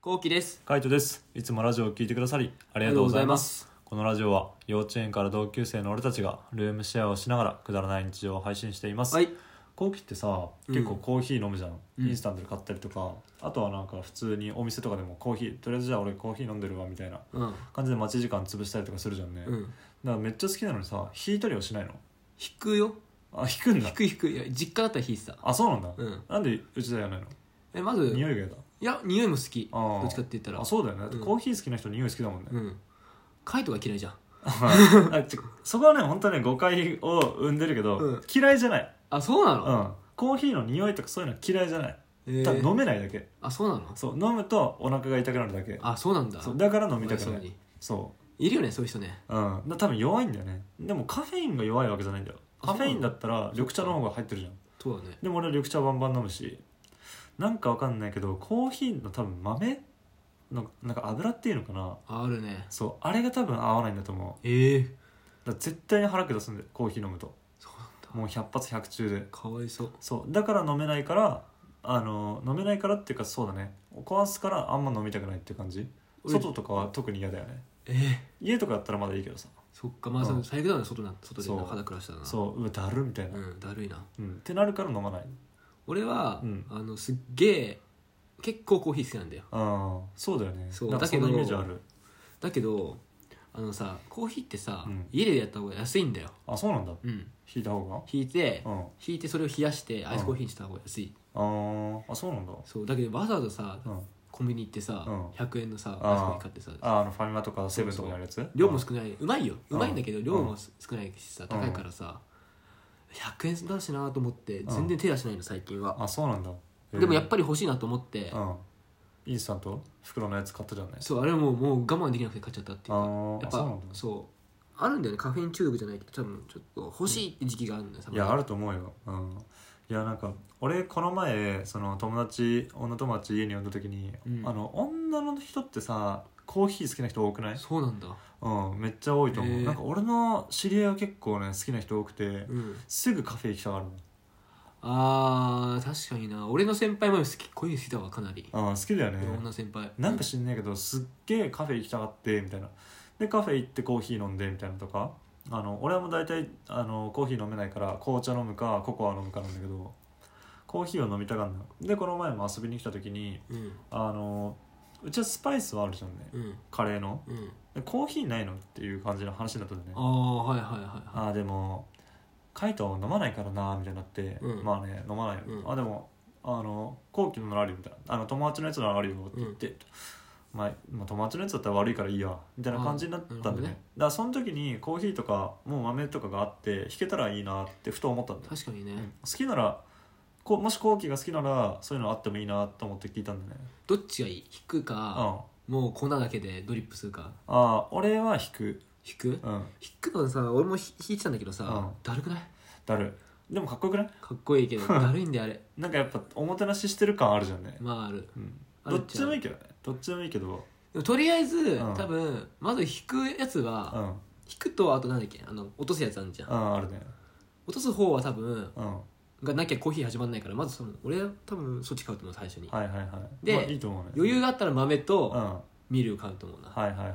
こうきです。カイトですいつもラジオを聞いてくださりありがとうございますこのラジオは幼稚園から同級生の俺たちがルームシェアをしながらくだらない日常を配信しています、はい。コウキってさうん結構コーヒー飲むじゃん、うんインスタントで買ったりとかあとはなんか普通にお店とかでもコーヒーとりあえずじゃあ俺コーヒー飲んでるわみたいなうん。感じで待ち時間潰したりとかするじゃんね、うだかん。らめっちゃ好きなのにさ引いたりはしないの引くよ。あ引くんだ引く引く。いや、実家だったら引いてた。あそうなんだ、うん。なんでうちでやらないのえ、まず、匂いが嫌だいや、匂いも好き。あーどっちかって言ったら。あそうだよねだってうんコーヒー好きな人匂い好きだもんね、うん。カイトが嫌いじゃん。 あちょそこはね本当はね誤解を生んでるけど、うん嫌いじゃない、あ、そうなうのん、コーヒーの匂いとかそういうのは嫌いじゃない、えただー飲めないだけあ、そうなのそう飲むとお腹が痛くなるだけあ、そうなんだ。そうだから飲みたくかならいそいるよね、そういう人ね。う、うん、だ多分弱いんだよねでもカフェインが弱いわけじゃないんだよあカフェイそうンなだのったら緑茶の方が入ってるじゃんそうだね。でも俺は緑茶バンバン飲むしなんかわかんないけどコーヒーの多分豆のなんか油っていうのかなあるね。そうあれが多分合わないんだと思ええ。うだから絶対に腹下すんだよコーヒー飲むとそうなんだ。もう100発100中でかわいそう。そうだから飲めないからあの飲めないからっていうかそうだね壊すからあんま飲みたくないっていう感じ俺外とかは特に嫌だよねええ。家とかだったらまだいいけどさそっか、まあ、そのうん最悪だよね、外な、外でそう肌暮らしたらな。そううわだるみたいな、うん、だるいな。うん、ってなるから飲まない俺はうん、あの、すっげえ、結構コーヒー好きなんだよ。ああそうだよねそうなんかだけそどのイメージあるだけどあのさコーヒーってさ、うん家でやった方が安いんだよ、あそうなんだうん、引いた方引いて、がうんあ引いてそれを冷やしてアイスコーヒーにした方が安い、ーあそうなんだそうだけどわざわざさうんコンビニ行ってさ、うん100円のさあアーイスコーヒー買ってさああのファミマとかセブンとかのやつ量もうん少ないうまいよううんまいんだけど量も少ないしさ高いからさ、100円だしなと思ってん全然手出しないの最近は、あそうなんだでもやっぱりり欲しいなと思って、うんインスタント袋のやつ買ったじゃないそうあれはもうもう我慢できなくて買っちゃったっていうあかーやっあそうぱなそうあるんだんだよねカフェイン中毒じゃないけど多分ちょっと欲しいって時期があるんだよいやあるると思うよ、うん、いやなんか俺この前その友達女友達家に呼んだ時に、うんあの女の人ってさコーヒー好きな人多くない、そうなんだうん、めっちゃ多いと思う、へえなんか俺の知り合いは結構ね好きな人多くて、うんすぐカフェ行きたがるあー確かにな俺の先輩も好きこういうの好きだわかなりの、うん、好きだよねいろんな先輩なんか知んないけどすっげえカフェ行きたがってみたいなでカフェ行ってコーヒー飲んでみたいなとかあの俺はもう大体あのコーヒー飲めないから紅茶飲むかココア飲むかなんだけどコーヒーを飲みたがるのでこの前も遊びに来た時にうんあのうちはスパイスはあるじゃんねうんカレーのうんでコーヒーないのっていう感じの話になったんだよあねあはいはいはいはああでもカイト飲まないからなみたいになって、うんまあね飲まないよ、うんあでもあの後期のならあるよみたいなあの友達のやつならあるよって言って、まあ、まあ友達のやつだったら悪いからいいやみたいな感じになったんだあーなよるほどねだねからその時にコーヒーとかもう豆とかがあって引けたらいいなってふと思ったんだいよ、確かにね、うん好きならこうもし後期が好きならそういうのあってもいいなと思って聞いたんだよねどっちがいい引くか、うんもう粉だけでドリップするかああ俺は引く引くうん引くのさ俺もひ引いてたんだけどさ、うんだるくないだるでもかっこよくないかっこいいけ どだるいんだよあれなんかやっぱおもてなししてる感あるじゃんね、まああるうん、あるどっっちちゃでもいいけどねどっちでもいいけどでもとりあえず、ん多分まず引くやつうんは、うん引くとあとなんだっけあの落とすやつあるじゃん、あるね落とす方は多分うんはがなきゃコーヒー始まんないからまずその俺は多分そっち買うと思う最初に、いはいはいでまあ、いいと思うね余裕があったら豆うんとはミル買うと思うな、いはいは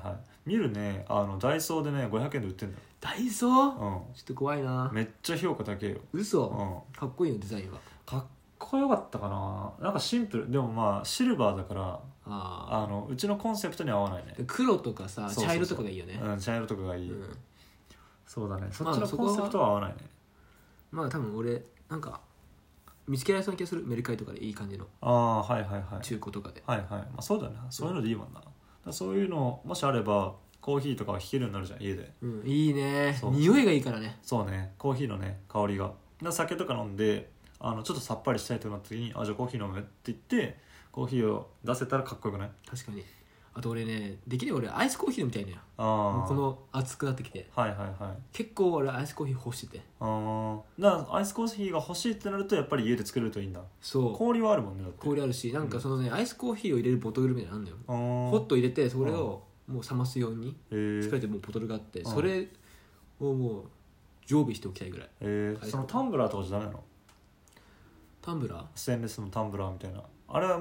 い見るねあのダイソーでね500円で売ってんだよダイソーちょっと怖いうんなめっちゃ評価高えよ、嘘、うん、かっこいいよデザインはかっこよかったかななんかシンプルでもまあシルバーだからああのうちのコンセプトには合わないねあ、黒とかさそうそうそう茶色とかがいいよねうん、茶色とかがいい、うんそうだねそまあっちのそこコはンセプトは合わないね、まあ多分俺なんか見つけられそうな気がするメルカリとかでいい感じのああーはいはいはい中古とかで、はいはい、まあ、そうだよなそういうのでいいもんな、だからそういうのもしあればコーヒーとかは弾けるようになるじゃん家でうん、いいねそう匂いがいいからねそうねコーヒーのね香りがだから酒とか飲んであのちょっとさっぱりしたいとなった時に「あじゃあコーヒー飲む?」って言ってコーヒーを出せたらかっこよくない確かにあと俺ねできれば俺アイスコーヒーみたいなよあもうあこの熱くなってきてはいはいはい結構俺アイスコーヒー欲しててああだからアイスコーヒーが欲しいってなるとやっぱり家で作れるといいんだそう氷はあるもんねだって氷あるしなんかそのね、アイスコーヒーを入れるボトルみたいなのあるんだよあーホット入れてそれをもう冷ますようにえ作られーてもうボトルがあってんそれをもう常備しておきたいぐらいえーそのタンブラーとかじゃダメなのタンブラーステンレスのタンブラーみたいなあれは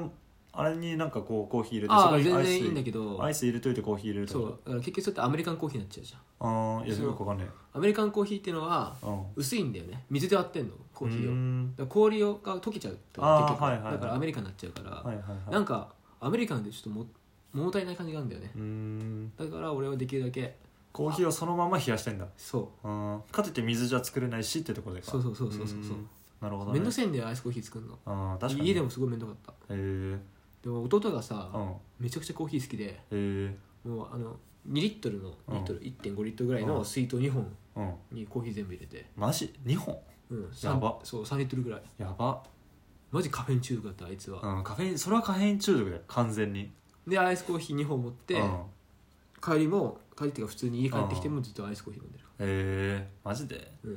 あれになんかこうコーヒー入れてあそこあに全アイス然いいんだけどアイス入れといてコーヒー入れるとそかうだから結局それってアメリカンコーヒーになっちゃうじゃんああいやそうよくわかんねアメリカンコーヒーっていうのはえうん薄いんだよね水で割ってんのコーヒーをうだからん氷をが溶けちゃうとあー結局はいはいはいだからアメリカンになっちゃうから、はいはいはいなんかアメリカンでちょっとも物足りない感じがあるんだよねうーんだから俺はできるだけコーヒーをそのまま冷やしてんだそうんかといって水じゃ作れないしってところでうかそうそうそうそうそうそうーんなるほ面倒どねくせえんだよアイスコーヒー作るのあー確かに家でもすごい面倒かったへえー、でも弟がさ、うんめちゃくちゃコーヒー好きでへえもうあの2リットルのうんリットル、1.5リットルぐらいうのん水筒2本ー、うんにコーヒー全部入れて、マジ2本うん、やば三そう3リットルぐらいやば、マジカフェイン中毒だったあいつは、うん、カフェインそれはカフェイン中毒だよ完全にでアイスコーヒー2本持って、うん、帰りも帰りっていうか普通に家帰ってきてうもずっとアイスコーヒー飲んでる、えー、マジで、うん、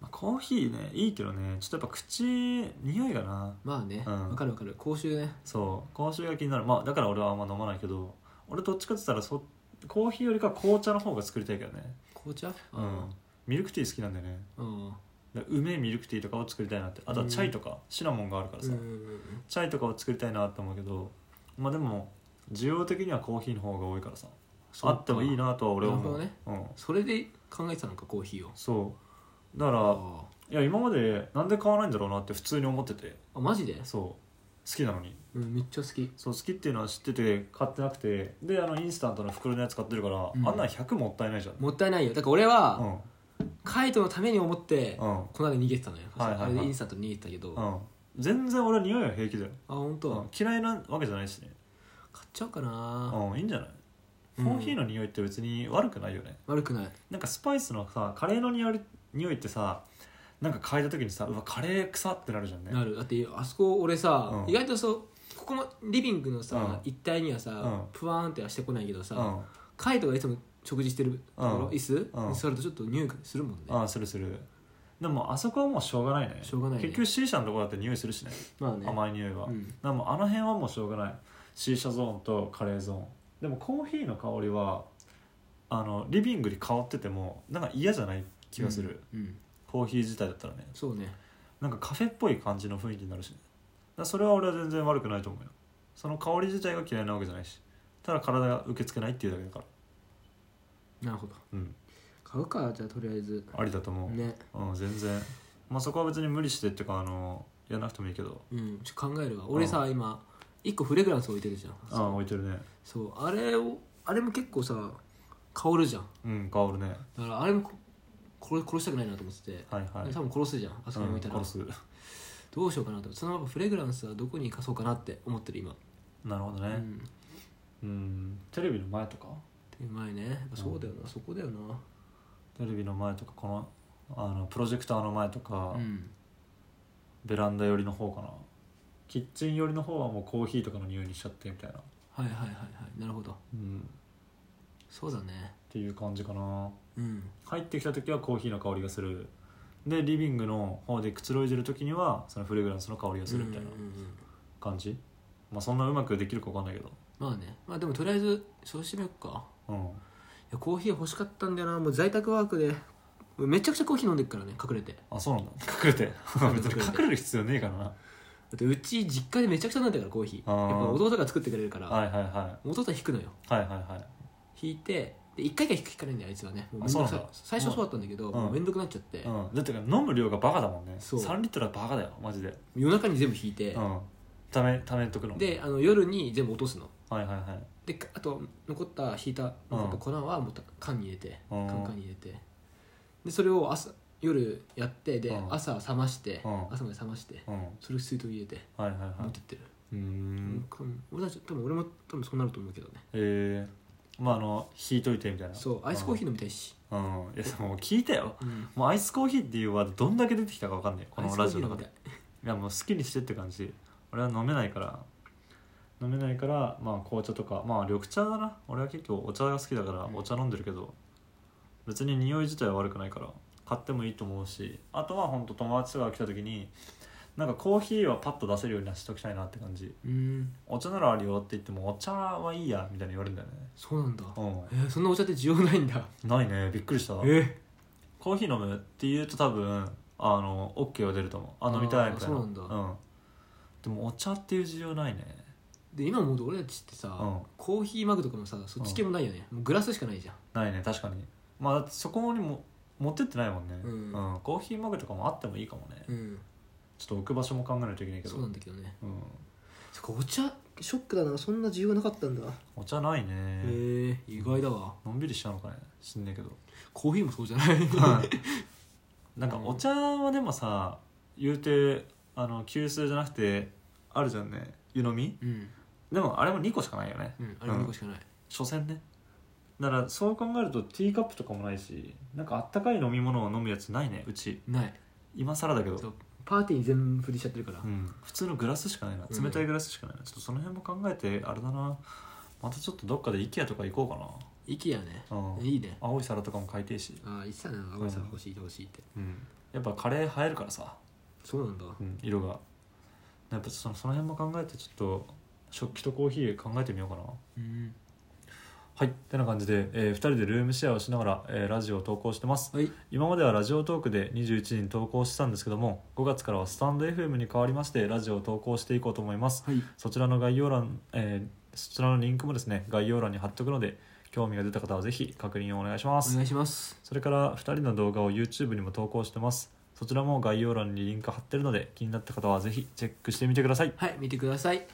まあ、コーヒーねいいけどねちょっとやっぱ口匂いがなまあねうわ、んかるわかる口臭ねそう口臭が気になるまあだから俺はあんま飲まないけど俺どっちかって言ったらそコーヒーよりか紅茶の方が作りたいけどね紅茶うんミルクティー好きなんだよねうんだから梅ミルクティーとかを作りたいなってあとはチャイとか、シナモンがあるかうらんさ、うんチャイとかを作りたいなって思うけどまあでも需要的にはコーヒーの方が多いからさそあうかってもいいなとは俺は思う、なるうん、それで考えてたのかコーヒーをそうだからあいや今までなんで買わないんだろうなって普通に思っててあマジで、そう好きなのにうん、めっちゃ好きそう好きっていうのは知ってて買ってなくてであのインスタントの袋のやつ買ってるから、うんあんなん100もったいないじゃんもったいないよだから俺うは、んカイトのために思って、うんこの間逃げてたのよ、はいはいはいあれでインスタントに逃げてたけど、うあん全然俺は匂いは平気だよ、本当、うん、嫌いなわけじゃないしね買っちゃおうかな、うんいいんじゃないうんコーヒーの匂いって別に悪くないよね、悪くないなんかスパイスのさカレーの匂い匂いってさなんか嗅いだ時にさうわカレー臭ってなるじゃんねなるだってあそこ俺さ、うん意外とそうここのリビングのさ、うん一帯にはさ、うんプワーンってはしてこないけどさ、うんあカイトがいつも食事してるところ、うん椅子、うんに座るとちょっと匂いがするもんねあするするでもあそこはもうしょうがないねしょうがないね結局 C 社のとこだって匂いするしねまあね甘い匂いは、うんでもあの辺はもうしょうがない C 社ゾーンとカレーゾーンでもコーヒーの香りはあのリビングに香っててもなんか嫌じゃない気がする、、うんうんコーヒー自体だったらねそうねなんかカフェっぽい感じの雰囲気になるし、ね、だからそれは俺は全然悪くないと思うよその香り自体が嫌いなわけじゃないしただ体が受け付けないっていうだけだからなるほどうん買うかじゃあとりあえずありだと思う、ねうん全然まあそこは別に無理してっていうかあのやらなくてもいいけどうんちょっと考えるわ俺さ今一個フレグランス置いてるじゃんああ置いてるねそうあれをあれも結構さ香るじゃんうん香るねだからあれもここれ殺したくないなと思ってて、はいはい多分殺すじゃんあそこに置いたら、うん、殺す どうしようかなとそのままフレグランスはどこに生かそうかなって思ってる今、なるほどうねん、うんテレビの前とかうまいねやっぱそうだよな、そこだよなテレビの前とかこのあのプロジェクターの前とか、うんベランダ寄りの方かなキッチン寄りの方はもうコーヒーとかの匂いにしちゃってみたいなはいはいはいはいなるほどうんそうだねっていう感じかなうん入ってきた時はコーヒーの香りがするでリビングの方でくつろいでる時にはそのフレグランスの香りがするみたいなうんうんうん感じ、まあそんなうまくできるかわかんないけどまあねまあでもとりあえずそうしてみようかうんいやコーヒー欲しかったんだよなもう在宅ワークでめちゃくちゃコーヒー飲んでるからね隠れてだあそうなんだ隠れてれて 別に隠れる必要ねえからなってうち実家でめちゃくちゃ飲んでるからコーヒーあーやっぱ弟が作ってくれるから、はいはいは弟は引くのよいはいはいはい引いてで1回が引く引かないんだよあいつはねもあそうなんだめどくさい最初そうだったんだけど、んもうめんどくなっちゃって、うん、だってか飲む量がバカだもんねそう3リットルはバカだよマジで夜中に全部引いて、うんためためとくのであの夜に全部落とすのはいはいはいであと残った引いた残った粉はもう缶に入れて、うん缶缶に入れてでそれを朝夜やってで、うん朝冷まして、うん朝まで冷まして、うんはいそれを水筒に入れてはいは持っいてってる、うーんうん俺たち多分俺も多分そうなると思うけどねえー、まああの引いといてみたいなそうアイスコーヒー飲みたいし、ーうんいやもう聞いたようん、もうアイスコーヒーっていうワードどんだけ出てきたかわかんないこアイのスコラージヒオーの飲み中たでいいやもう好きにしてって感じ俺は飲めないから飲めないからまあ紅茶とかまあ緑茶だな俺は結構お茶が好きだからうんお茶飲んでるけど、別に匂い自体は悪くないから買ってもいいと思うしあとは本当友達が来た時になんかコーヒーはパッと出せるようにはしときたいなって感じうんお茶ならあるよって言ってもお茶はいいやみたいに言われるんだよねそうなんだ、うえーそんなお茶って需要ないんだんないねびっくりしたえーコーヒー飲むって言うと多分あの OK は出ると思うあ飲みたいみたいなあーそうなんだでもお茶っていう需要ないねで今もう俺たちってさ、うんコーヒーマグとかもさそっち系もないよね、もうグラスしかないじゃんないね確かにまあだってそこにも持ってってないもんね、うんコーヒーマグとかもあってもいいかもね、うんちょっと置く場所も考えないといけないけどそうなんだけどねうんそっかお茶ショックだなそんな需要なかったんだお茶ないね、へえ意外だわのんびりしちゃうのかね知んねえけ ど コーヒーもそうじゃないはいなんかうんお茶はでもさ言うてあの急須じゃなくてあるじゃんね湯飲みうん、でもあれも2個しかないよねうん、あれ2個しかない、所詮ねだからそう考えるとティーカップとかもないしなんかあったかい飲み物を飲むやつないねうちない今更だけどそうパーティーに全部振りしちゃってるから、うん、普通のグラスしかないなうん冷たいグラスしかないな、ちょっとその辺も考えてあれだなまたちょっとどっかで IKEA とか行こ IKEA ねうかな、うん、いいね青い皿とかも買いてえし、ああ言ってたな青いさんうん欲しい欲しいってうん、やっぱカレー映えるからさ、そうなんだうん、色がやっぱそのその辺も考えてちょっと食器とコーヒー考えてみようかなうんはいってな感じで、え2人でルームシェアをしながら、えーラジオを投稿してますはい今まではラジオトークで21人投稿してたんですけども5月からはスタンド FM に変わりましてラジオを投稿していこうと思いますはいそちらの概要欄、えーそちらのリンクもですね、概要欄に貼っておくので、興味が出た方はぜひ確認をお願いしまおす。願いしますそれから、2人の動画を YouTube にも投稿してます。そちらも概要欄にリンク貼ってるので、気になった方はぜひチェックしてみてください。はい見てください